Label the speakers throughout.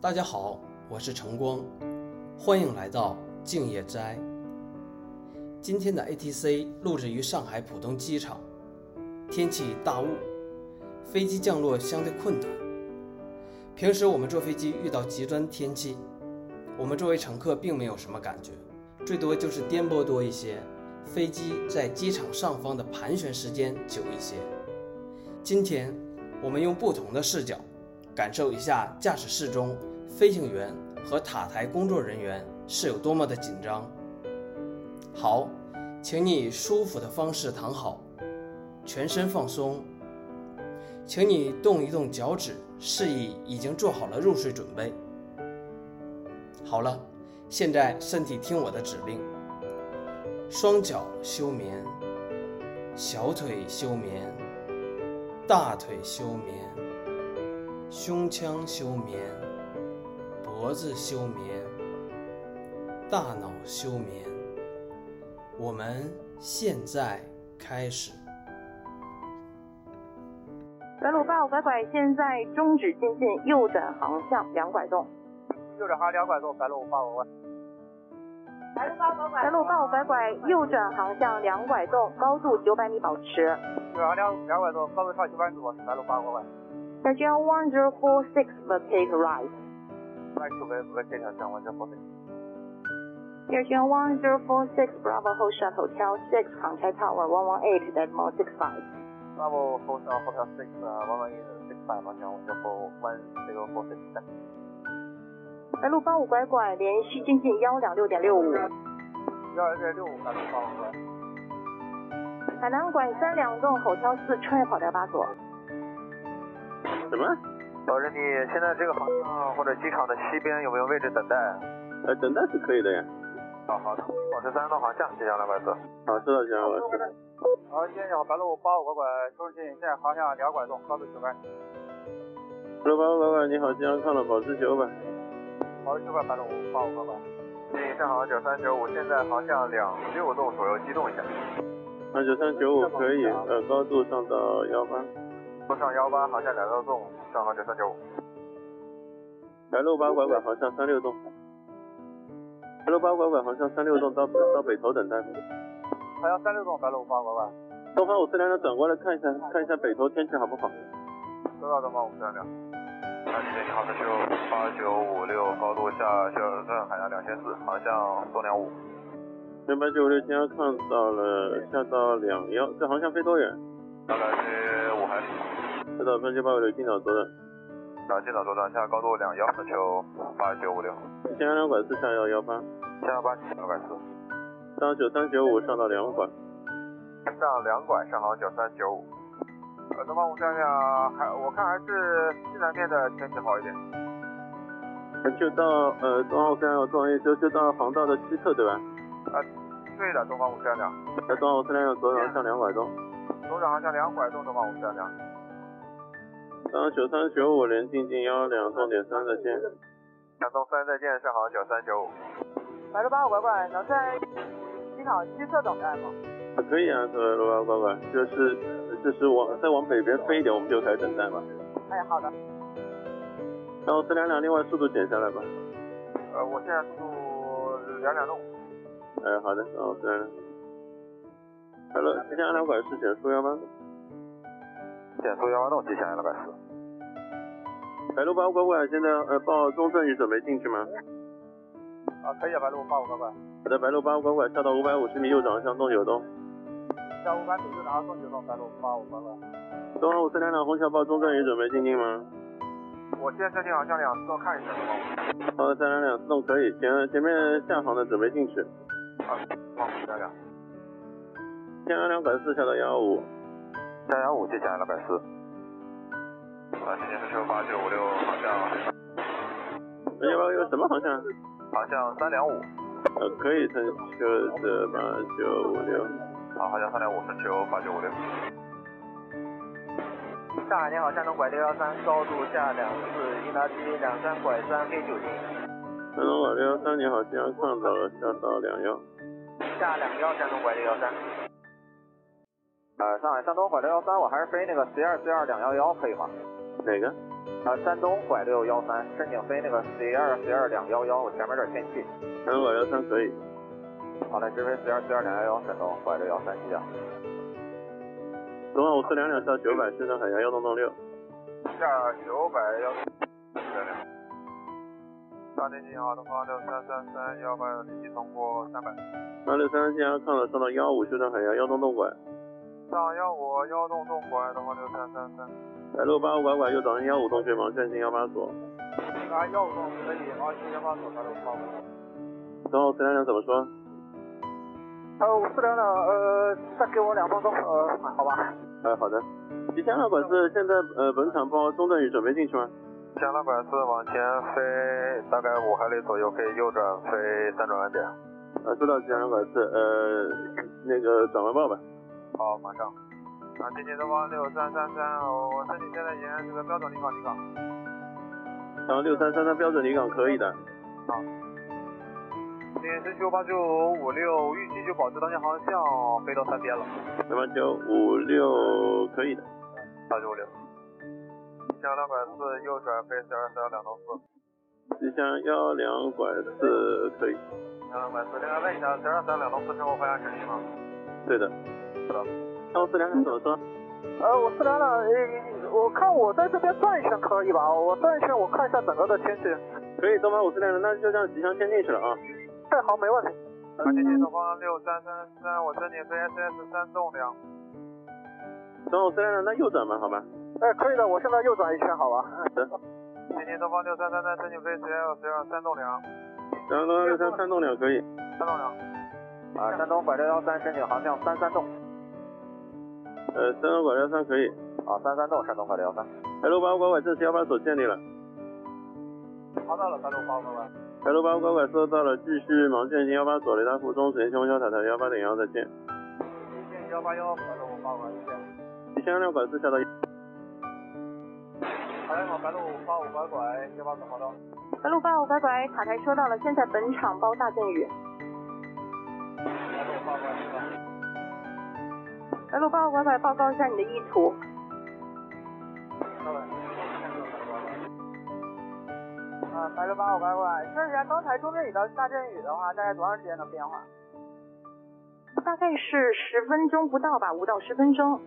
Speaker 1: 大家好，我是晨光，欢迎来到静夜斋。今天的 ATC 录制于上海浦东机场，天气大雾，飞机降落相对困难。平时我们坐飞机遇到极端天气，我们作为乘客并没有什么感觉，最多就是颠簸多一些，飞机在机场上方的盘旋时间久一些。今天我们用不同的视角，感受一下驾驶室中飞行员和塔台工作人员是有多么的紧张。好，请你以舒服的方式躺好，全身放松。请你动一动脚趾，示意已经做好了入睡准备。好了，现在身体听我的指令，双脚休眠，小腿休眠，大腿休眠，胸腔休眠，脖子休眠，大脑休眠。我们现在开始。
Speaker 2: 原路八五拐拐现在终止进近右转航向两拐洞。
Speaker 3: 右转行两拐洞，白路八五外。
Speaker 4: 白路八五拐拐。
Speaker 2: 原路八五拐拐右转航向两拐洞，高度九百米保持。
Speaker 3: 右转行两两拐洞，高度上九百米左右，白路八五外。
Speaker 2: 在 g one zero four six will take right.
Speaker 3: 外九百五个这条线，我在后面。
Speaker 2: Air g one zero four six Bravo Hotel Shot Hotel six Contact Tower one one eight that mall six five.
Speaker 3: 八五后上后票 six 呃，one one eight six five 方向，我在后 one zero four six six。
Speaker 2: 白路八五拐拐连续进近幺两六点六五，
Speaker 3: 幺二六六五，白路八五外。
Speaker 2: 海南拐三两栋吼挑四穿越跑道八左。
Speaker 5: 什么？
Speaker 3: 老师，你现在这个航向或者机场的西边有没有位置等待？
Speaker 5: 呃，等待是可以的呀。
Speaker 3: 啊，好的，保持三十度航向，机场两百四。
Speaker 5: 好，知道知道了。
Speaker 3: 好，先生好，白路八五拐拐，收视进现在航向两拐洞，高度九百。
Speaker 5: 六八八八，你好，健康康乐，保持九百。
Speaker 3: 保持九百，白路八五 拐拐。进上航九三九五，现在航向两六洞左右，机动一下。
Speaker 5: 啊，九三九五可以，呃，高度上到幺八。
Speaker 3: 路上幺八，航向两六洞，上航九三九五。
Speaker 5: 白路八拐拐，好像三六栋。白路八拐拐，好像三六栋到到北头等待。
Speaker 3: 航向三六洞，白路八拐拐。
Speaker 5: 东方五四两两转过来看一下，看一下北头天气好不好？
Speaker 3: 收到，东方五四两两。南京你好，这就八九五六，高度下下段海南两千四，航向东两五。
Speaker 5: 零八九五六，健康看到了，下到两幺，这航向飞多远？
Speaker 3: 大概是五海里。
Speaker 5: 下到三九八五六，青岛左转。
Speaker 3: 南京岛左转下高度两幺，这就八九五六。
Speaker 5: 前两拐四下幺幺八，
Speaker 3: 下八七两百四。
Speaker 5: 上九三九五上到两拐。
Speaker 3: 上两拐，上航九三九五。呃，东方五三两，还我看还是西南面的天气好一点。
Speaker 5: 就到呃东澳三幺做完一周，就到航道的西侧对吧？
Speaker 3: 对的，东方五三两，
Speaker 5: 在东澳三幺左转向两拐洞，
Speaker 3: 左转航向两拐洞，东方五三两。
Speaker 5: 当九三九五连进近幺两重点三的线，
Speaker 3: 向东三再见，上航九三九五。
Speaker 4: 白路八五拐拐能在机场西侧等待吗？
Speaker 5: 啊可以啊，各位罗巴乖乖，就是就是往再往北边飞一点，我们就开始等待吧。
Speaker 4: 哎，好的。
Speaker 5: 然后四两两，另外速度减下来吧。
Speaker 3: 呃，我现在速度呃两两六五。
Speaker 5: 哎，好的，然后四两两。好了，接下来两拐是减速幺八，
Speaker 3: 减速幺八洞，机前两百四。
Speaker 5: 白路八乖乖，现在呃报中正宇准备进去吗？
Speaker 3: 啊，可以啊，白路八五八拐，
Speaker 5: 我在白路八拐拐下到五百五十米右转向东九东，
Speaker 3: 下五百米就拿送九洞，白路八五八拐。
Speaker 5: 东航五四两两虹桥报中正宇准备进近吗？
Speaker 3: 我现在确定航向两次，我看一下。
Speaker 5: 好，三两两自动可以，前前面下行的准备进去，
Speaker 3: 啊，好，加两。
Speaker 5: 前两两拐四下到幺五，
Speaker 3: 三幺五，接下来两百四。啊，今天是车八九五六，航向
Speaker 5: 幺八幺什么航向？
Speaker 3: 航向三两五，
Speaker 5: 呃，可以乘车的八九五六，
Speaker 3: 啊，航向三两五，春秋八九五六。
Speaker 6: 上海您好，山东拐六幺三，高度下两四，一达机两三拐三 K 九零，
Speaker 5: 山东拐六幺三你好，今阳看到了，下到两幺，
Speaker 6: 下两幺，山东拐六幺三。呃，上海山东拐六幺三，我还是飞那个 C 二 C 二两幺幺可以吗？
Speaker 5: 哪个？
Speaker 6: 啊，山东拐六幺三，申请飞那个 C 二 C 二两幺幺，我前面有点天气。
Speaker 5: 南路拐幺三可以。
Speaker 6: 好嘞，直飞 C 二 C 二两幺幺，山东拐六幺三机长。
Speaker 5: 龙二五四两两到九百，深圳海峡幺洞洞六。
Speaker 3: 下九百幺三零。大内金华东方六三三三幺八幺零七通过三百。
Speaker 5: 二六三三信号抗了，上到幺五，深圳海峡幺洞洞拐。
Speaker 3: 上幺五幺洞洞拐东方六三三三。
Speaker 5: 白路八五拐拐右转幺五洞穴盲线行幺八左。
Speaker 3: 啊，幺五洞可以，啊二七幺八左三六八
Speaker 5: 龙二五四两两怎么说？
Speaker 4: 呃，五四零零，呃，再给我两分钟，呃，好吧。
Speaker 5: 哎，好的。吉祥二拐是现在呃本场报中段雨准备进去吗？
Speaker 3: 前两百四往前飞大概五海里左右，可以右转飞三转弯点。
Speaker 5: 呃，收到吉祥二拐是呃那个转弯报吧。
Speaker 3: 好，马上。啊，今天东方六三三三，我我申请现在沿这个标准离港离港。
Speaker 5: 然后六三三三标准离港可以的。
Speaker 3: 今天是九八九五六，预计就保持当前航向，飞到三边了。
Speaker 5: 那么九五六可以的。
Speaker 3: 八九五六。一千两百四右转飞十二三两头四。
Speaker 5: 吉祥幺两拐四可以。
Speaker 3: 两百四，另外问一下，十二三两头四之后方向指示吗？
Speaker 5: 对的。
Speaker 3: 知道。
Speaker 5: 幺四两两怎么说？
Speaker 4: 呃，五四零零，呃，我看我在这边转一圈可以吧？我转一圈，我看一下整个的天气。
Speaker 5: 可以，东方五四两两，那就让吉祥先进去了啊。
Speaker 4: 哎，好，没问题。
Speaker 3: 啊，今天东方六三三三，我申请飞 SS 三栋梁。
Speaker 5: 东方五四两两，那右转吧，好吧。
Speaker 4: 哎，可以的，我现在右转一圈，好吧？
Speaker 3: 今天东方六三三三申请飞 CL 十二三栋梁，
Speaker 5: 然后东方六三三栋两可以。
Speaker 3: 三栋梁。
Speaker 6: 啊，山东拐六幺三，申请航向三三洞。
Speaker 5: 呃，三幺拐幺三可以。
Speaker 6: 啊，三三洞，山东拐六幺三。
Speaker 5: L 八五拐拐正式幺八所建立了。
Speaker 3: 查到了，三栋八五了。
Speaker 5: L 八五拐拐收到了，继续盲线幺八左雷达附中，水电气温小塔台幺八点幺再见。
Speaker 3: 一线幺八幺，白路八五一线。
Speaker 5: 吉祥两拐四下到
Speaker 3: 好嘞，好，白路八五拐拐幺八左跑道。
Speaker 2: 白路八五拐拐塔台收到了，现在本场包大阵雨。
Speaker 3: 白路八五拐拐。
Speaker 2: 白路八五拐拐报告一下你的意图。
Speaker 4: 啊，白六八五乖乖，确实，刚才中间雨到下阵雨的话，大概多长时间能变化？
Speaker 2: 大概是十分钟不到吧，五到十分钟。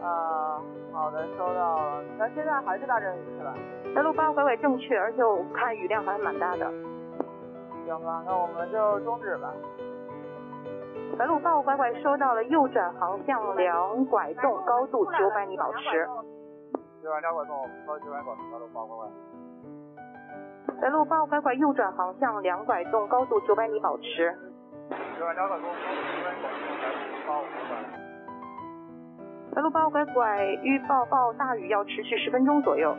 Speaker 4: 啊，好的，收到了。咱现在还是大阵雨是吧？
Speaker 2: 白路八五拐拐正确，而且我看雨量好像蛮大的。
Speaker 4: 行吧，那我们就终止吧。
Speaker 2: 白路八五拐拐收到了，右转航向两拐洞，高度九百米保持。
Speaker 3: 九万两拐洞，到九万拐洞，白路八五拐拐。
Speaker 2: 白路八五拐拐右转航向两拐洞，高度九百米保持。
Speaker 3: 九万两拐洞，九万拐洞，白路八
Speaker 2: 白路八五
Speaker 3: 五拐拐。
Speaker 2: 拐拐预报暴大雨要持续十分钟左右。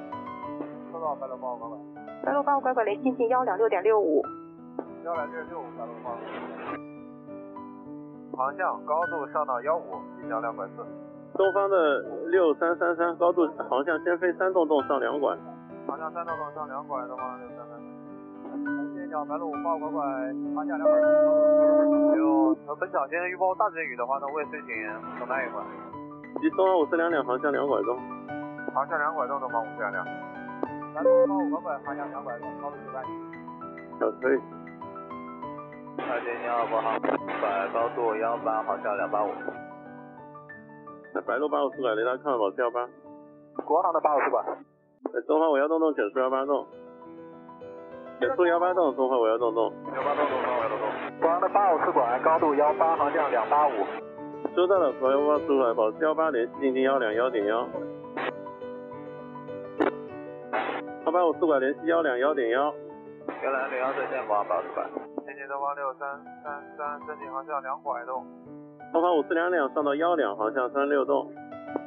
Speaker 3: 收到，白路八五拐拐。
Speaker 2: 白路八五拐拐连线进幺两六点六五。
Speaker 3: 幺两六六，白路八五。航向高度上到幺五，即将两百四。
Speaker 5: 东方的六三三三，高度航向先飞三洞洞上两管。
Speaker 3: 航向三道口上两拐，东方六三哎三三。谢谢白路八拐拐，航向两拐。有呃本场今天预报大阵雨的话呢，会申请等待一会儿。
Speaker 5: 及东方五四两两航向两拐洞。
Speaker 3: 航向两拐洞，东方五四两两。白路八五拐拐，航向两拐洞，高度九百米。
Speaker 5: 呃，可以。
Speaker 6: 大金幺国航拐高度幺八，航向两八五。
Speaker 5: 那白鹭八五四拐雷达看了保持幺八。
Speaker 6: 国航的八五四拐。
Speaker 5: 呃，东方五幺洞洞减速幺八洞。减速幺八洞，东方五幺洞洞。
Speaker 3: 九八洞，东方五幺洞。
Speaker 6: 国航的八五四拐高度幺八，航向两八五。
Speaker 5: 收到了，白鹭八五四拐保持幺八联系进近幺两幺点幺。幺八五四拐联系幺两幺点幺。
Speaker 6: 原来零幺在线，国航八五四拐。
Speaker 3: 天津东方六三三三，申请航向两拐洞，
Speaker 5: 东方五四两两上到幺两航向三六洞。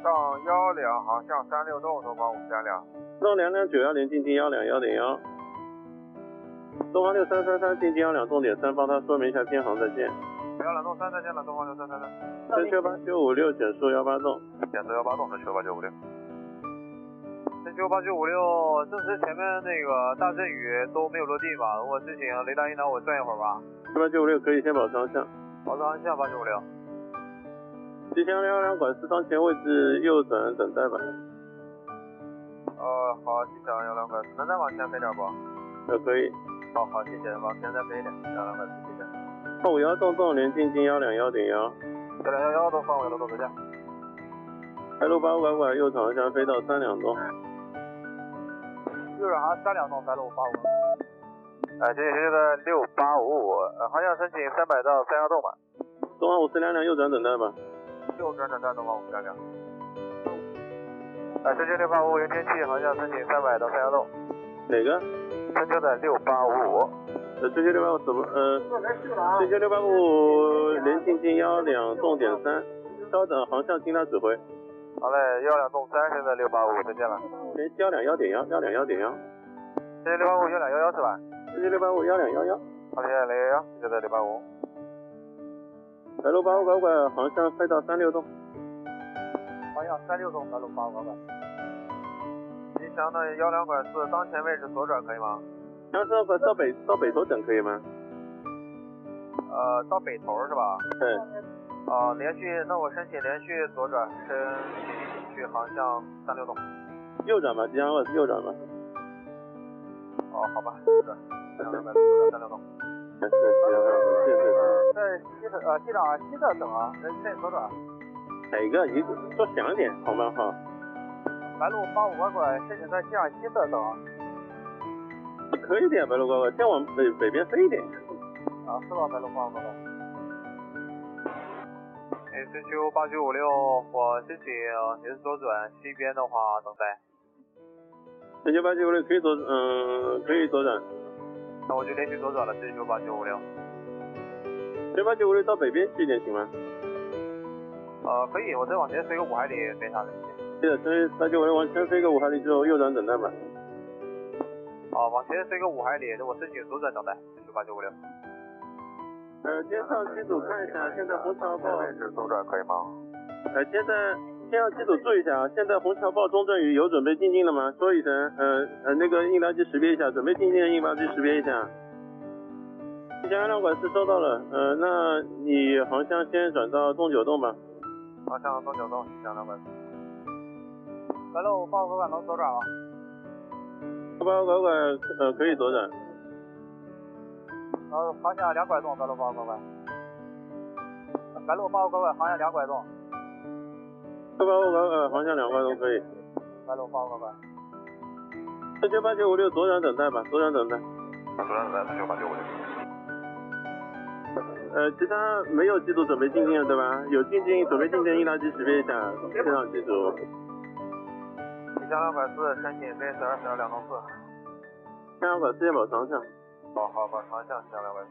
Speaker 3: 上幺两航向三六洞，东方五三两。
Speaker 5: 东两两九幺零进近幺两幺点幺。东方六三三三进近幺两重点三，帮他说明一下偏航再见。
Speaker 3: 幺两洞三再见了，东方六三三三。
Speaker 5: 三缺八九五六减速幺八洞。
Speaker 3: 减速幺八洞，申请八九五六。申请八九五六，正值前面那个大阵雨都没有落地吧？我申请雷达引导我转一会儿吧。
Speaker 5: 幺八九五六可以先保持航向。
Speaker 3: 保持航向八九五六。
Speaker 5: 吉祥幺两管四当前位置右转等待吧。
Speaker 3: 呃，好，机场幺两百四，能再往前飞点不？
Speaker 5: 呃，可以。
Speaker 3: 哦，好，谢谢，往前再飞一点，幺两百四，谢谢。
Speaker 5: 后五幺洞洞连进近幺两幺点幺，
Speaker 3: 幺两幺幺都放回了，都再见。
Speaker 5: 海路八五拐拐右长向飞到三两洞，
Speaker 3: 就是啊，三两栋三六五八五。哎，这里是的六八五五，呃，航向申请三百到三幺洞吧。
Speaker 5: 东航五四两两右转等待吧。
Speaker 3: 右转等待东方五三两。哎，深圳六八五五零天气，航向申请三百到三幺洞。
Speaker 5: 哪个？
Speaker 3: 深圳的六八五五。
Speaker 5: 呃，追求六八五怎么？呃，追求六八五连进近幺两洞点三，稍等，航向听他指挥，
Speaker 3: 好嘞，幺两栋三，深圳六八五，再见了。
Speaker 5: 连幺两幺点幺幺两幺点幺，
Speaker 3: 深圳六八五幺两幺幺是吧？
Speaker 5: 追求六八五幺两幺幺。
Speaker 3: 好嘞，零幺幺，深圳的六八五。
Speaker 5: 海路八五拐拐航向飞到三六洞，
Speaker 3: 方向三六栋三路八五拐。吉祥的幺两拐四，当前位置左转可以吗？
Speaker 5: 航向拐到北到北头等可以吗？
Speaker 3: 呃，到北头是吧？
Speaker 5: 对，
Speaker 3: 啊、连续，那我申请连续左转，申请去航向三六栋。
Speaker 5: 右转吧，吉祥二右转吧。
Speaker 3: 哦，好吧，左转，两百左转三六栋。
Speaker 5: 对，吉祥二，对对对。
Speaker 3: 在西侧，呃，机长啊，西侧等啊，在在左转。
Speaker 5: 哪个？你说响一点，航班号。
Speaker 3: 白路八五拐拐，申请在机场西侧等啊，
Speaker 5: 可以点，白鹭乖乖，先往北北边飞一点。
Speaker 3: 啊，是吧？白路八五拐拐。S Q 八哎九五六，我申请也是左转，西边的话等待。
Speaker 5: 那九八九五六可以左，嗯，可以左转。
Speaker 3: 那我就连续左转了，C 九八九五六。
Speaker 5: 九八九五六到北边去一点行吗？
Speaker 3: 呃，可以，我再往前飞个五海里没啥问题。
Speaker 5: 对的，所以八九五六往前飞个五海里之后右转等待吧。
Speaker 3: 啊，往前飞个五海里，我申请左转等待，C 九八九五六。
Speaker 5: 呃，天上机组看一下，现在虹
Speaker 3: 啊
Speaker 5: 桥报，
Speaker 3: 置左转可以吗？
Speaker 5: 呃，现在天上机组注意一下啊，现在虹桥报中正宇有准备进近了吗？说一声，呃呃，那个印标机识别一下，准备进近的印标机识别一下。吉祥两管四收到了，呃，那你航向先转到东九洞吧。
Speaker 3: 往上东九洞，向两百。白路报个管能左转啊吗？
Speaker 5: 八八拐拐，呃，可以左转。
Speaker 3: 呃，航向两拐洞，白路报个管。白路报个管，航向两拐洞，
Speaker 5: 八八拐拐，航向两块都可以。
Speaker 3: 白路报个管。
Speaker 5: 四九八九五六左转等待吧，左转等待。
Speaker 3: 左转等待四九八九五六。
Speaker 5: 呃，其他没有机组准备进近了对吧？有进近，准备进近，一拉机识别一下，现场机组。
Speaker 3: 吉祥两百四，申请 V 十二十二两栋四。
Speaker 5: 太阳馆世界宝藏上，
Speaker 3: 好好，把航向吉祥两百四。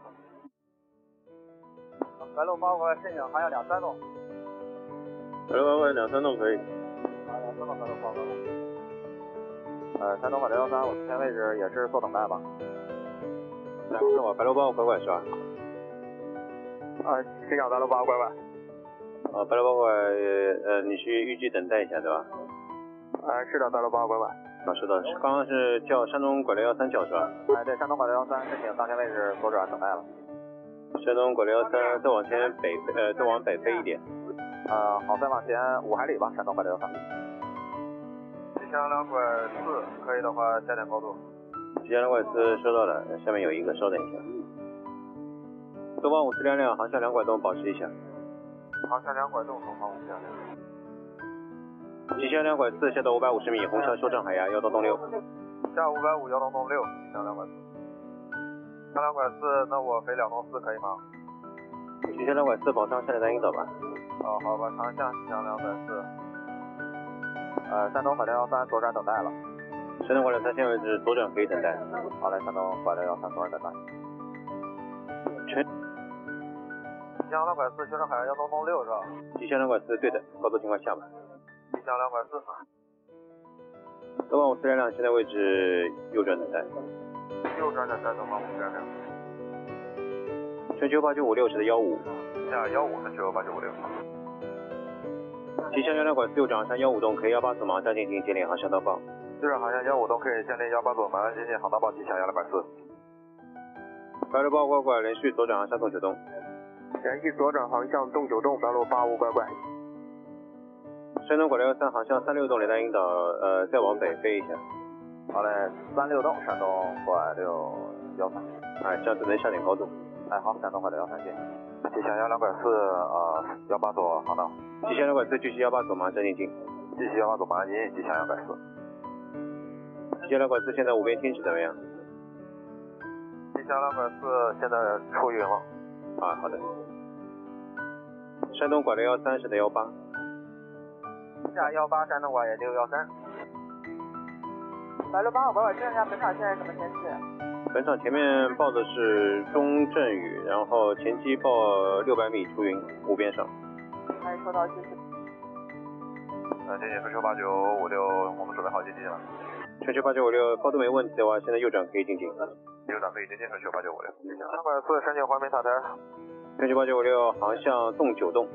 Speaker 3: 嗯白路报个管，申请航向两三栋。
Speaker 5: 拐拐拐两三栋可以。
Speaker 3: 啊，两三栋白路报个管。呃，山东马六幺三，我目前位置也是坐等待吧。
Speaker 5: 是我白楼帮我拐拐是吧？
Speaker 3: 啊，机长白路八拐拐。
Speaker 5: 啊，白楼帮拐，呃，你去预计等待一下对吧？
Speaker 3: 啊，是的，白路八拐拐。
Speaker 5: 啊，收到。刚刚是叫山东拐六幺三叫是吧？
Speaker 3: 哎，对，山东马六幺三申请当前位置左转等待了。
Speaker 5: 山东拐六幺三，再往前北，呃，再往北飞一点。
Speaker 3: 呃，好，再往前五海里吧，山东马六幺三。吉祥两拐四，可以的话加点高度。
Speaker 5: 吉祥两拐四收到了，下面有一个，稍等一下。东方五四两两，航向两拐洞保持一下。
Speaker 3: 航向两拐洞，东方五七两两。
Speaker 5: 吉祥两拐四下到五百五十米，虹桥修正海崖幺到洞六。
Speaker 3: 下五百五幺栋栋六，吉祥两拐四。吉祥两拐四，那我飞两栋四可以吗？
Speaker 5: 吉祥两拐四保上下来单引导吧。
Speaker 3: 哦，好吧，航向吉祥两拐四。呃，山东马六幺三左转等待了。
Speaker 5: 山东拐六三线位置左转可以等待。
Speaker 3: 好嘞，山东拐六幺三左转等待。
Speaker 5: 全
Speaker 3: 吉祥两拐四，修正海峡幺栋栋六是吧？
Speaker 5: 吉祥两拐四对的，高速情况下吧。
Speaker 3: 吉祥两拐四。
Speaker 5: 东方五四两两现在位置右转等待。
Speaker 3: 右转等待东方五零零，
Speaker 5: 全球八九五六是的幺五。
Speaker 3: 下幺五三九八九五六。
Speaker 5: 吉祥幺两拐四右转航向幺五洞 K 幺八四马上进行接连航向到报。
Speaker 3: 右转航向幺五东可以建立幺八左，马上接近航道报吉祥幺两百四。
Speaker 5: 白了报拐拐连续左转航向洞九洞。
Speaker 3: 联系左转航向洞九洞白路八五拐拐。
Speaker 5: 山东拐六幺三航向三六栋雷达引导，呃，再往北飞一下。
Speaker 3: 好嘞，三六栋山东拐六幺三。
Speaker 5: 哎，这样子能下点高度。
Speaker 3: 哎，好，山东拐六幺三，谢谢。吉祥幺两拐四，呃，幺八左航道。
Speaker 5: 吉祥六拐四，继续幺八左马上进近。
Speaker 3: 继续幺八左马上接近吉祥幺拐四。
Speaker 5: 吉祥六拐四，现在无边天气怎么样？
Speaker 3: 吉祥幺拐四现在出云了。
Speaker 5: 啊，好的。山东拐六幺三，现在幺八。
Speaker 6: 下幺八山东拐六幺三。
Speaker 7: 白六八，我帮我证一下本场现在什么天气？
Speaker 5: 本场前面报的是中阵雨，然后前期报六百米出云，湖边上。
Speaker 7: 哎，收到，谢谢。
Speaker 3: 呃，谢谢飞车八九五六，我们准备好接近了。
Speaker 5: 全球八九五六高度没问题的话，现在右转可以进近。
Speaker 3: 右转可以接近飞车八九五六。三拐四申请环北塔台，
Speaker 5: 全球八九五六航向洞九洞。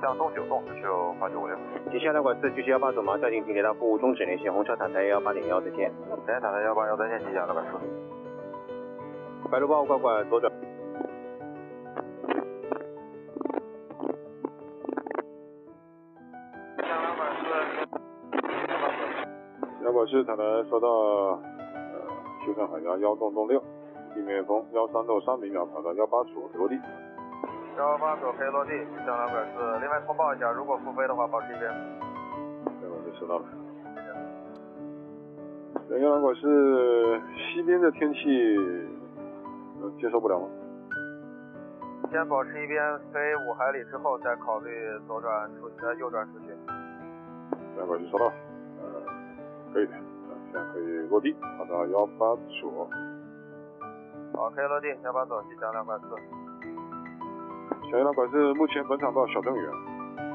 Speaker 3: 向东九栋十九八九五六。
Speaker 5: 吉祥两管四继续幺八左马上进近雷达服务终止联系，虹桥塔台幺八点幺，再见。
Speaker 3: 联系塔台幺八幺三线吉祥两百四。
Speaker 5: 白鹿八五拐拐左转。
Speaker 8: 两百四塔台收到，呃，修正海峡幺洞洞六，地面风幺三六三每秒跑到幺八左落地。
Speaker 6: 幺八左可以落地，吉祥两拐四。另外通报一下，如果复飞的话，保持一边。
Speaker 8: 两百四收到了。两幺两拐四呃西边的天气，呃，接受不了吗？
Speaker 6: 先保持一边飞五海里之后，再考虑左转出去，呃，右转出去。
Speaker 8: 两百四收到了，呃，可以的，呃现在可以落地，跑到幺八左。
Speaker 6: 好，可以落地，幺八左，吉祥两拐四。
Speaker 8: 小一两拐四目前本场到小正雨啊。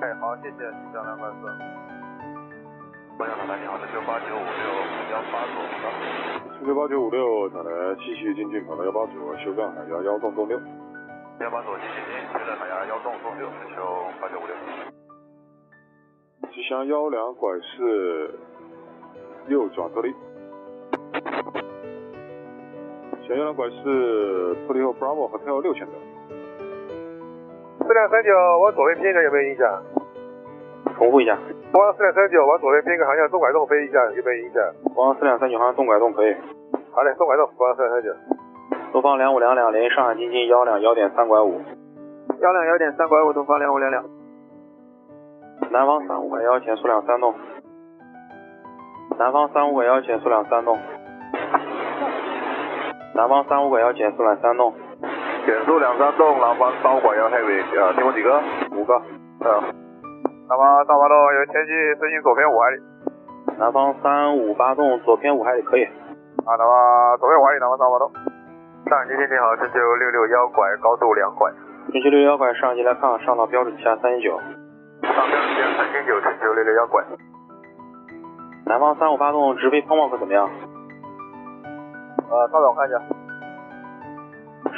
Speaker 6: 哎，好，谢谢，吉祥两拐四。
Speaker 3: 方向塔台你好，这是八九五六幺八左航道。
Speaker 8: 四九八九五六，塔台继续进近跑到幺八左，修正海峡幺洞洞六。
Speaker 3: 幺八左继续进，确哎认海峡幺栋栋六，春秋八九五六。
Speaker 8: 吉祥幺两拐四右转脱离。吉祥幺两拐四脱离后，Bravo 和 Tail 六选择。
Speaker 6: 四点三九，往左边偏一个有没有影响？
Speaker 5: 重复一下，
Speaker 6: 往四点三九，往左边偏一个航向，东拐洞飞一下有没有影响？
Speaker 5: 往四两三九航向东拐洞可以。
Speaker 6: 好嘞，东拐洞，往四点三九。
Speaker 5: 东方两五两两联系上海经济幺两幺点三拐五，
Speaker 3: 幺两幺点三拐五，东方两五两两。
Speaker 5: 南方三五拐幺减速两三栋。南方三五拐幺减速两三栋。南方三五拐幺减速两三栋。
Speaker 3: 减速两三栋，南方三拐幺 heavy，呃，
Speaker 6: 啊
Speaker 3: 听过几个？
Speaker 5: 五个。
Speaker 3: 嗯，
Speaker 6: 那么大巴路有天气最近左偏五海里，
Speaker 5: 南方三五八栋左偏五海里可以。
Speaker 6: 啊，那么左边五海里，那么大巴路。
Speaker 3: 上海今天你好，这就六六幺拐，高度两拐。
Speaker 5: 春秋六幺拐上级来看，上到标准气压三十九。
Speaker 3: 上标时间三千九，春秋六六幺拐。
Speaker 5: 南方三五八栋直飞泡沫可怎么样？
Speaker 6: 呃，大总看一下。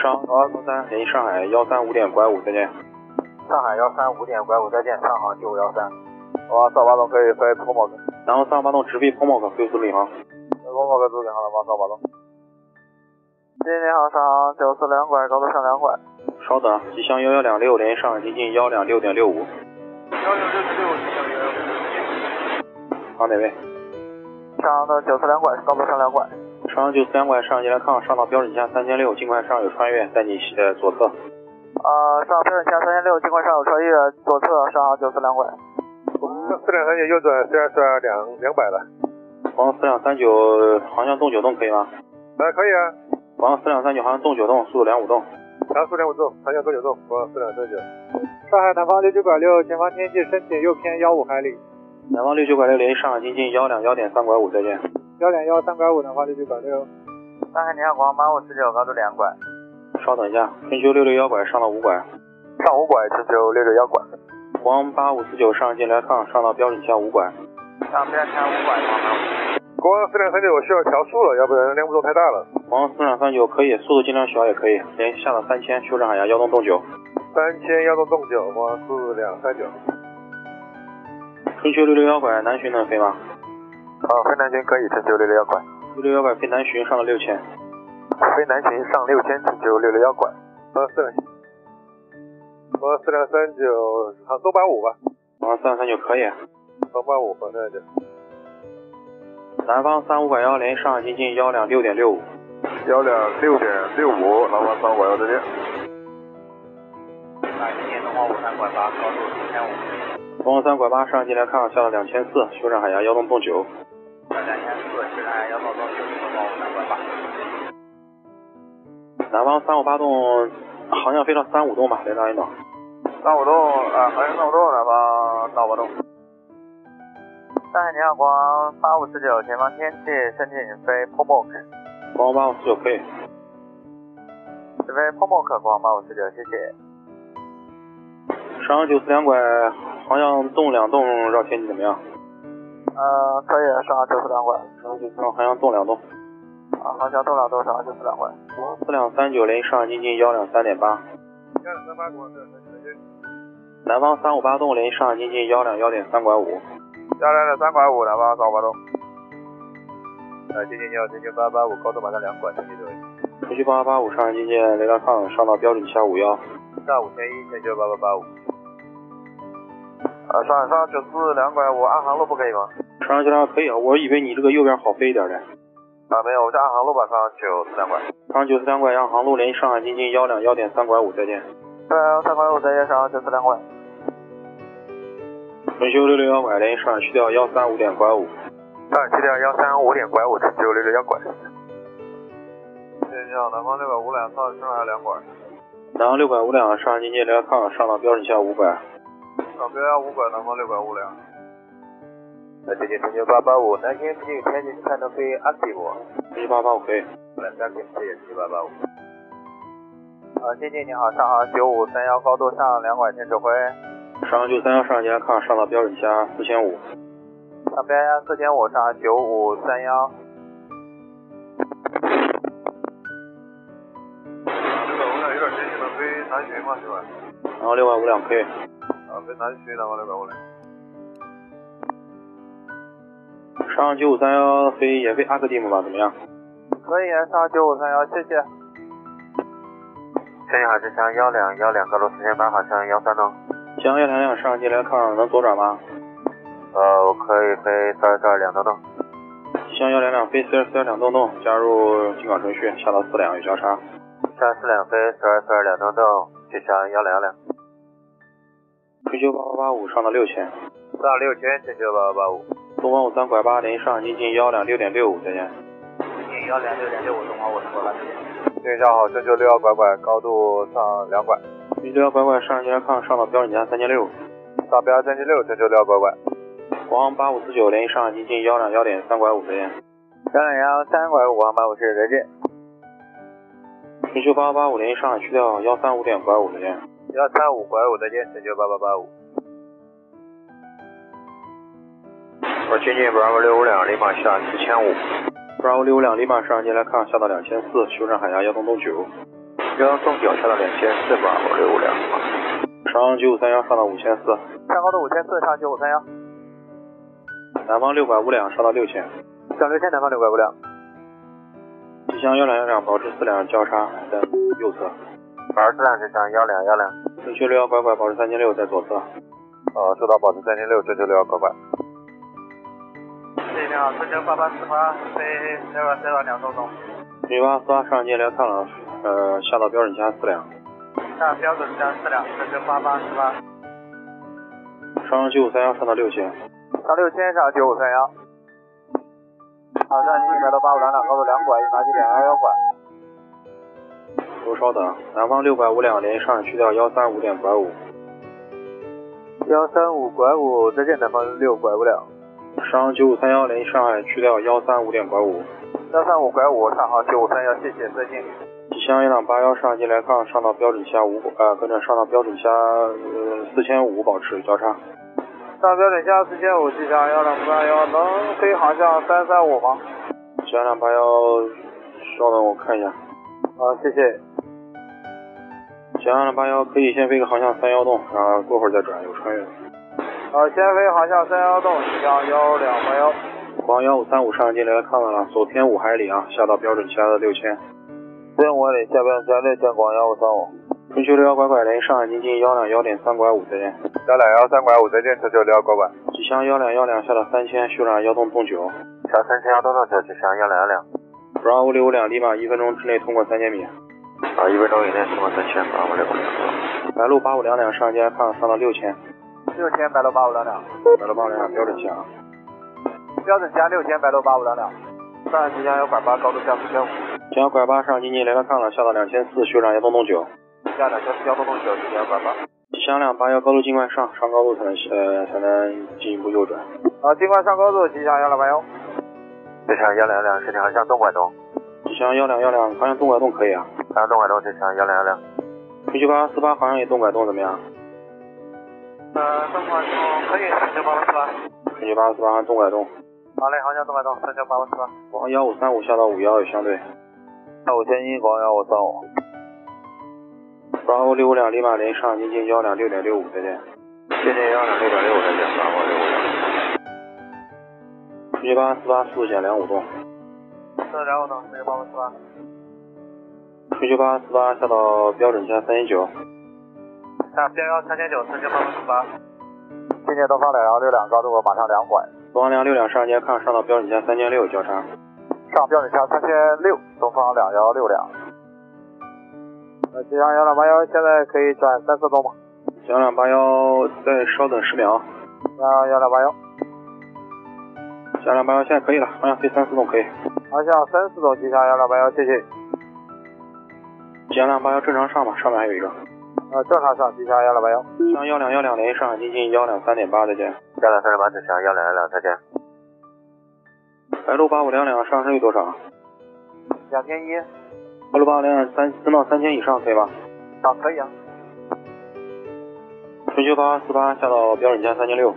Speaker 5: 上幺三联系上海幺三五点拐五，再见。
Speaker 3: 上海幺三五点拐五，再见，上航九五幺三。
Speaker 6: 哇，大巴总可以飞通宝哥，
Speaker 5: 南方三五八栋直飞泡沫可飞速领航。
Speaker 6: 通宝哥都给好了吗？大巴总。
Speaker 3: 今哎天你好，上航九四两拐，高度上两拐。
Speaker 5: 稍等，啊吉祥幺幺两六联系上海经济幺两六点六五。
Speaker 6: 幺九六七六，吉祥幺幺。
Speaker 5: 航哪位？
Speaker 3: 上航的九四两拐，高度上两拐。
Speaker 5: 上九四两拐上级来看，上到标准气压三千六，尽快上有穿越，在你呃左侧。
Speaker 3: 呃，上标准价三千六，尽快上有穿越，左侧上航九四两拐。
Speaker 6: 哦四点三九右转，虽然虽然两两百了，
Speaker 5: 往四两三九航向东九栋可以吗？
Speaker 6: 哎，可以啊。
Speaker 5: 往四两三九航向东九栋，速度两五栋。
Speaker 6: 然后四点五纵，航向左九纵，往四点三九。上海南方六九拐六，前方天气申请右偏幺五海里，
Speaker 5: 南方六九拐六联系上海经济幺两幺点三拐五，再见。
Speaker 6: 幺两幺三拐五，南方六九拐六。
Speaker 3: 上海你好，国航八五十九，高度两拐。
Speaker 5: 稍等一下，春秋六六幺拐上到五拐，
Speaker 3: 上五拐，春秋六六幺拐。
Speaker 5: 黄八五四九上进来抗上到标准气压五拐，
Speaker 3: 上标价五拐，国航八五。
Speaker 6: 国航四点三九，我需要调速了，要不然嗯量不多太大了。
Speaker 5: 黄四两三九可以，速度尽量小也可以，连续下到三千，修正海峡幺洞洞九，
Speaker 6: 三千幺纵纵九，往四两三九。
Speaker 3: 哦
Speaker 5: 春秋六六幺拐南巡能飞吗？
Speaker 3: 好，飞南巡可以，春秋六六幺拐。
Speaker 5: 六六幺拐飞南巡上到六千，
Speaker 3: 飞南巡上六千，春秋六六幺拐。
Speaker 6: 呃，四两，我四两三九，啊，东八五吧。
Speaker 5: 黄四两三九可以，
Speaker 9: 三八五回来的。
Speaker 5: 南方三五拐幺零，上海经济幺两六点六五。
Speaker 9: 幺两六点六五，南方三五拐幺再见。
Speaker 5: 哎
Speaker 6: 海今年东方五三拐八，高度四千五，
Speaker 5: 东方三拐八，上海进来看下到两千四，修正海峡幺洞洞九。
Speaker 6: 两千四，西南幺到东九，东方五三拐八。
Speaker 5: 南方三五八栋，航向飞到三五栋吧，雷达引导。
Speaker 6: 三五栋，啊，还是三五栋，南方三五栋。
Speaker 3: 上海你好，国航八五四九，前方天气申请飞 p o m o k
Speaker 5: 国航八五四九可以。
Speaker 3: 直飞 p o m o k 国航八五四九，谢谢。
Speaker 5: 上海九四两拐，航向动两栋绕天气怎么样？
Speaker 3: 呃，可以，上海九四两拐，
Speaker 5: 上海九四两航嗯向动两栋。
Speaker 3: 啊，航向多少多少，九四两拐。
Speaker 5: 四两三九零，上海经济幺两三点八。
Speaker 6: 幺两三八国航四九，再见。
Speaker 5: 南方三五八栋零，上海经济幺两幺点三拐五。
Speaker 6: 幺两两三拐五，南方三五八栋。呃，接近幺接近八八五，高度马上两拐，天气左右。
Speaker 5: 持续八八八五，上海经济雷达抗上到标准气压五幺。
Speaker 6: 上五千一，天气八八八五。
Speaker 3: 呃，上海上海九四两拐五，安航路不可以吗？
Speaker 5: 上海九两可以啊，我以为你这个右边好飞一点嘞。
Speaker 3: 啊，没有，我在安航路吧，上海九四两拐。
Speaker 5: 上海九四两拐幺，航路零，上海经济幺两幺点三拐五，再见。
Speaker 3: 呃，三拐五再见，上海九四两拐。
Speaker 5: 轮休六六幺拐零，上海去掉幺三五点拐五。
Speaker 3: 上海去掉幺三五点拐五，九六六幺拐。
Speaker 6: 谢谢，南方六百五两，上上海两拐。
Speaker 5: 南航六拐五两，上海经济雷达抗上到标准气压五拐。
Speaker 6: 上标幺五拐，南方六百五两。
Speaker 3: 呃，接近天气八八五，南京附近天气看能飞 active。
Speaker 5: 持续八八五可以。
Speaker 3: 南三平四也是八八五。呃，谢谢你好，上航九五三幺高度上两拐天指挥，
Speaker 5: 上海九三幺，上海经济抗上到标准气压四千五。
Speaker 3: 上边四千五上九五三幺，
Speaker 6: 六百五两有点天气能飞南巡吗？是吧？
Speaker 5: 南航六拐五两可以。
Speaker 6: 啊，飞南巡，南方六百五两。
Speaker 5: 上海九五三幺飞也飞阿克蒂姆吧，怎么样？
Speaker 3: 可以啊，上九五三幺，谢谢。天津海之乡幺两幺两高度四千八，好像幺三呢。
Speaker 5: 江幺两两，上海经济雷达抗能左转吗？
Speaker 3: 呃，我可以飞这儿这儿两栋栋。
Speaker 5: 向幺两两飞四二四幺两洞洞，加入进港程序，下到四两有交叉。
Speaker 3: 上四两飞十二四二两栋栋，去向幺两幺两。
Speaker 5: 追求八八八五上到六千，
Speaker 6: 上六千，天气八八八五。
Speaker 5: 东方五三拐八零，上海经济幺两六点六五，再见。
Speaker 6: 幺两六点六五，东方五三拐八。
Speaker 3: 对，上好，深秋六幺拐拐，高度上两拐，
Speaker 5: 一六幺拐拐，上海经济抗上到标准价三千六。
Speaker 3: 上标三七六，深秋六幺拐拐。
Speaker 5: 国航八五四九零，上海经济幺两幺点三拐五，再见。
Speaker 3: 三两幺三拐五航班五十，再见。
Speaker 5: 追求八八八五零，上海去掉幺三五点拐五，再见。
Speaker 6: 幺三五拐五，再见，深秋八八八五。
Speaker 3: 我接近 Bravo 六五两，零马下四千五。
Speaker 5: Bravo 六五两，立马上海经济雷达抗下到两千四，修正海峡幺洞洞九。
Speaker 3: 幺送九下到两千四 Bravo 六五两，
Speaker 5: 上九五三幺上到五千四，
Speaker 3: 上高度五千四，上九五三幺，
Speaker 5: 南方六拐五两上到六千。
Speaker 3: 上六千南方六百五两。
Speaker 5: 吉祥幺两幺两，保持四两交叉在右侧。
Speaker 3: 保持量之上幺两幺两。
Speaker 5: 准确六幺拐拐，保持三千六在左侧。
Speaker 3: 呃，收到，保持三千六，追求六幺拐拐。
Speaker 6: 谢谢你好，深秋八八四八，飞六二三幺两栋栋。
Speaker 5: 米八四八上接连看了，呃，下到标准价四两。
Speaker 6: 那标准加四两，深秋八八四八。
Speaker 5: 上九五三幺上到六千，
Speaker 3: 上六千上九五三幺。好，上七百到八五两两，高度两拐，一马机两幺幺拐。
Speaker 5: 都稍等。南方六拐五两连上去掉幺三五点拐五，
Speaker 3: 幺三五拐五，再见，南方六拐五两。
Speaker 5: 上九五三幺连上海去掉幺三五点拐五。
Speaker 3: 幺三五拐五，上好九五三幺，谢谢，再见。
Speaker 5: 吉祥一两八幺上接连看上到标准价五，呃，跟着上到标准价呃四千五保持交叉。
Speaker 3: 上标准下四千五，机场幺两三幺，能飞航向三三五吗？
Speaker 5: 吉祥一两八幺，稍等我看一下。
Speaker 3: 啊，谢谢。
Speaker 5: 吉祥一两八幺可以先飞个航向三幺洞，然后过会儿再转，有穿越的。
Speaker 3: 啊，先飞航向三幺洞，机场幺两八幺。
Speaker 5: 黄幺五三五上接连看了，走天五海里啊，下到标准价的六千。
Speaker 3: 天五里下标准下六千，广幺五三五。
Speaker 5: 春秋六幺拐拐零，上海经济幺两幺点三拐五，再见。
Speaker 6: 幺两幺三拐五，再见，深秋六幺拐拐。
Speaker 5: 吉祥幺两幺两下了三千，修染幺洞洞九。
Speaker 6: 小三千幺洞洞九，吉祥幺两幺两。
Speaker 5: Bravo 五六五两，立马一分钟之内通过三千米。
Speaker 6: 啊，一分钟以内通过三千，Bravo 六五两。
Speaker 5: 白鹭八五两两上加抗上到六千，
Speaker 3: 六千白鹭八五两两，
Speaker 5: 白鹭八五两两标准起啊。
Speaker 3: 标准加六千白鹭八五两两。
Speaker 6: 上海吉祥幺拐八，高度下四千五。
Speaker 5: 吉祥拐八上今天连了抗了，下到两千四，修染幺洞洞九。
Speaker 6: 下两千四幺洞洞九，吉祥拐八。
Speaker 5: 吉祥两八幺高度尽快上，上高度才能呃才能进一步右转。
Speaker 3: 啊，尽快上高度，吉祥幺两八幺。
Speaker 6: 吉祥幺两幺两，身体航向东拐东。
Speaker 5: 吉祥幺两幺两方向动拐动可以啊。
Speaker 6: 航向东拐东，吉祥幺两幺两。
Speaker 5: 一九八四八航向也动拐动怎么样？
Speaker 3: 呃，东拐东可以，三九八八四八。
Speaker 5: 一九八四八动拐动。
Speaker 3: 好嘞，航向东拐东，三九八八四八。
Speaker 5: 国航幺五三五下到五幺有相对。
Speaker 6: 那五千一，国航幺五三五。
Speaker 5: Bravo 六五两立马连上，接近幺两六点六五，再见。
Speaker 6: 接近幺两六点六五，再见。Bravo 六五
Speaker 5: 两。一八四八速减两五洞。
Speaker 3: 四两五洞，四九八八四八。
Speaker 5: 一九八四八下到标准价三千九。
Speaker 3: 下标幺三千九，四九八八四八。
Speaker 6: 今天东方两幺六两高度马上两拐。
Speaker 5: 东方两六两上肩看上到标准价三千六交叉。
Speaker 6: 上标准价三千六，东方两幺六两。
Speaker 3: 吉祥幺两八幺，现在可以转三四栋吗？
Speaker 5: 幺两八幺，再稍等十秒。
Speaker 3: 幺幺两八幺，
Speaker 5: 幺两八幺现在可以了，方向飞三四栋可以。
Speaker 3: 方向三四栋，吉祥幺两八幺，谢谢。
Speaker 5: 吉祥两八幺正常上吧，上面还有一个。
Speaker 6: 啊
Speaker 3: 呃，正常上，吉祥幺两八幺。
Speaker 5: 吉祥幺两幺两连上，接近幺两三点八，再见。
Speaker 6: 幺两三点八，吉祥幺两幺两，再见。
Speaker 5: 白鹭哎八五两两上升率多少？啊
Speaker 3: 两千一。
Speaker 5: 八六八零三升到三千以上可以吗？
Speaker 3: 啊，可以啊。
Speaker 5: 春秋八四八下到标准价三千六。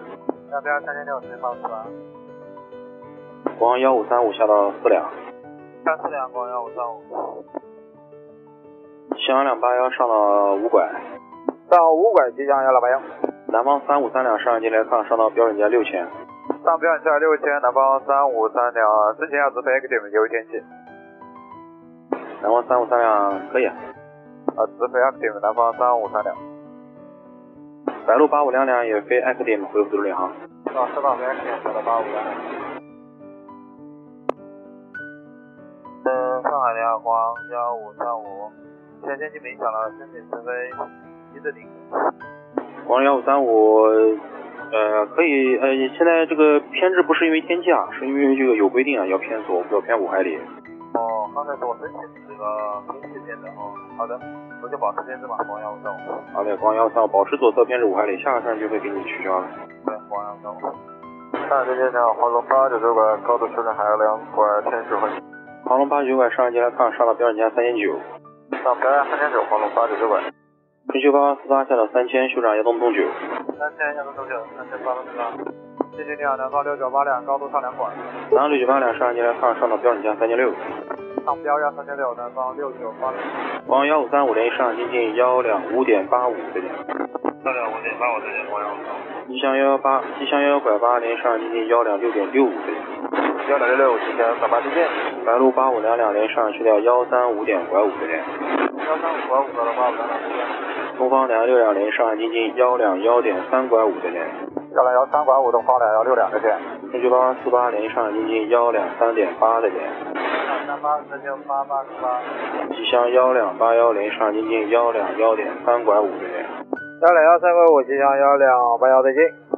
Speaker 3: 下标三千六，春秋八四八。
Speaker 5: 国航幺五三五下到四两。
Speaker 3: 下四两，国航幺五三五。
Speaker 5: 翔阳两八幺上到五拐。
Speaker 3: 上五拐，吉祥幺两八幺。
Speaker 5: 南方三五三两上进来看，上到标准价六千。
Speaker 6: 上标准价六千，南方三五三两，之前要直飞 active 由于天气。
Speaker 5: 南方三五三两可以。
Speaker 6: 啊，直飞 active，南方三五三两。
Speaker 5: 白鹭哎八五两两也飞 active，恢复领航。
Speaker 3: 啊，知道飞 active，白鹭八五两两。
Speaker 6: 嗯，上海的光幺五三五，现在天气明显了，申请直飞一四零。
Speaker 5: 光幺五三五，呃，可以，呃，现在这个偏置不是因为天气啊，是因为这个有规定啊，要偏左，不要偏五海里。
Speaker 6: 哦，刚才是我申请这个天气变的哦。好的，我就保持偏置吧，光幺五三五。
Speaker 5: 好的，光幺五三五，保持左侧偏置五海里，下个站就会给你取消了。
Speaker 6: 对，光幺五三五。上海天气好，黄龙八九九拐，高度修正海幺两拐，天气会。
Speaker 5: 黄龙八九九拐上一节来看，上到标准价三千九。
Speaker 6: 上标价三千九，黄龙八九九拐。
Speaker 5: 春秋八八四八下到三千，修长幺洞洞九。
Speaker 3: 三千幺洞洞九，三千八八四八。谢谢你好，南方六九八两，高度上两管。
Speaker 5: 南方六九八两上一节来看，上到标准价三千六。
Speaker 3: 上标幺三千六，南方六九八两。
Speaker 5: 黄幺五三五连上接近幺两五点八五，再见。
Speaker 6: 幺两五点八五，再见，黄幺五三五。
Speaker 5: 吉祥幺幺八，吉祥幺幺拐八连上接近幺两六点六五，再见。
Speaker 6: 幺两六六，吉祥三八再见。
Speaker 5: 白鹭八五两两连上去掉幺三五点拐五再见。
Speaker 3: 幺三五拐五拐八五两两再见。
Speaker 5: 东方两六两连上接近幺两幺点三拐五再见。
Speaker 6: 幺两幺三拐五，东方两幺六两再见。
Speaker 5: 春秋八四八连上接近幺两三点八再见。
Speaker 3: 三八四九八八四八。
Speaker 5: 吉祥幺两八幺连上接近幺两幺点三拐五再见。
Speaker 3: 幺两幺三拐五，吉祥幺两八幺再见。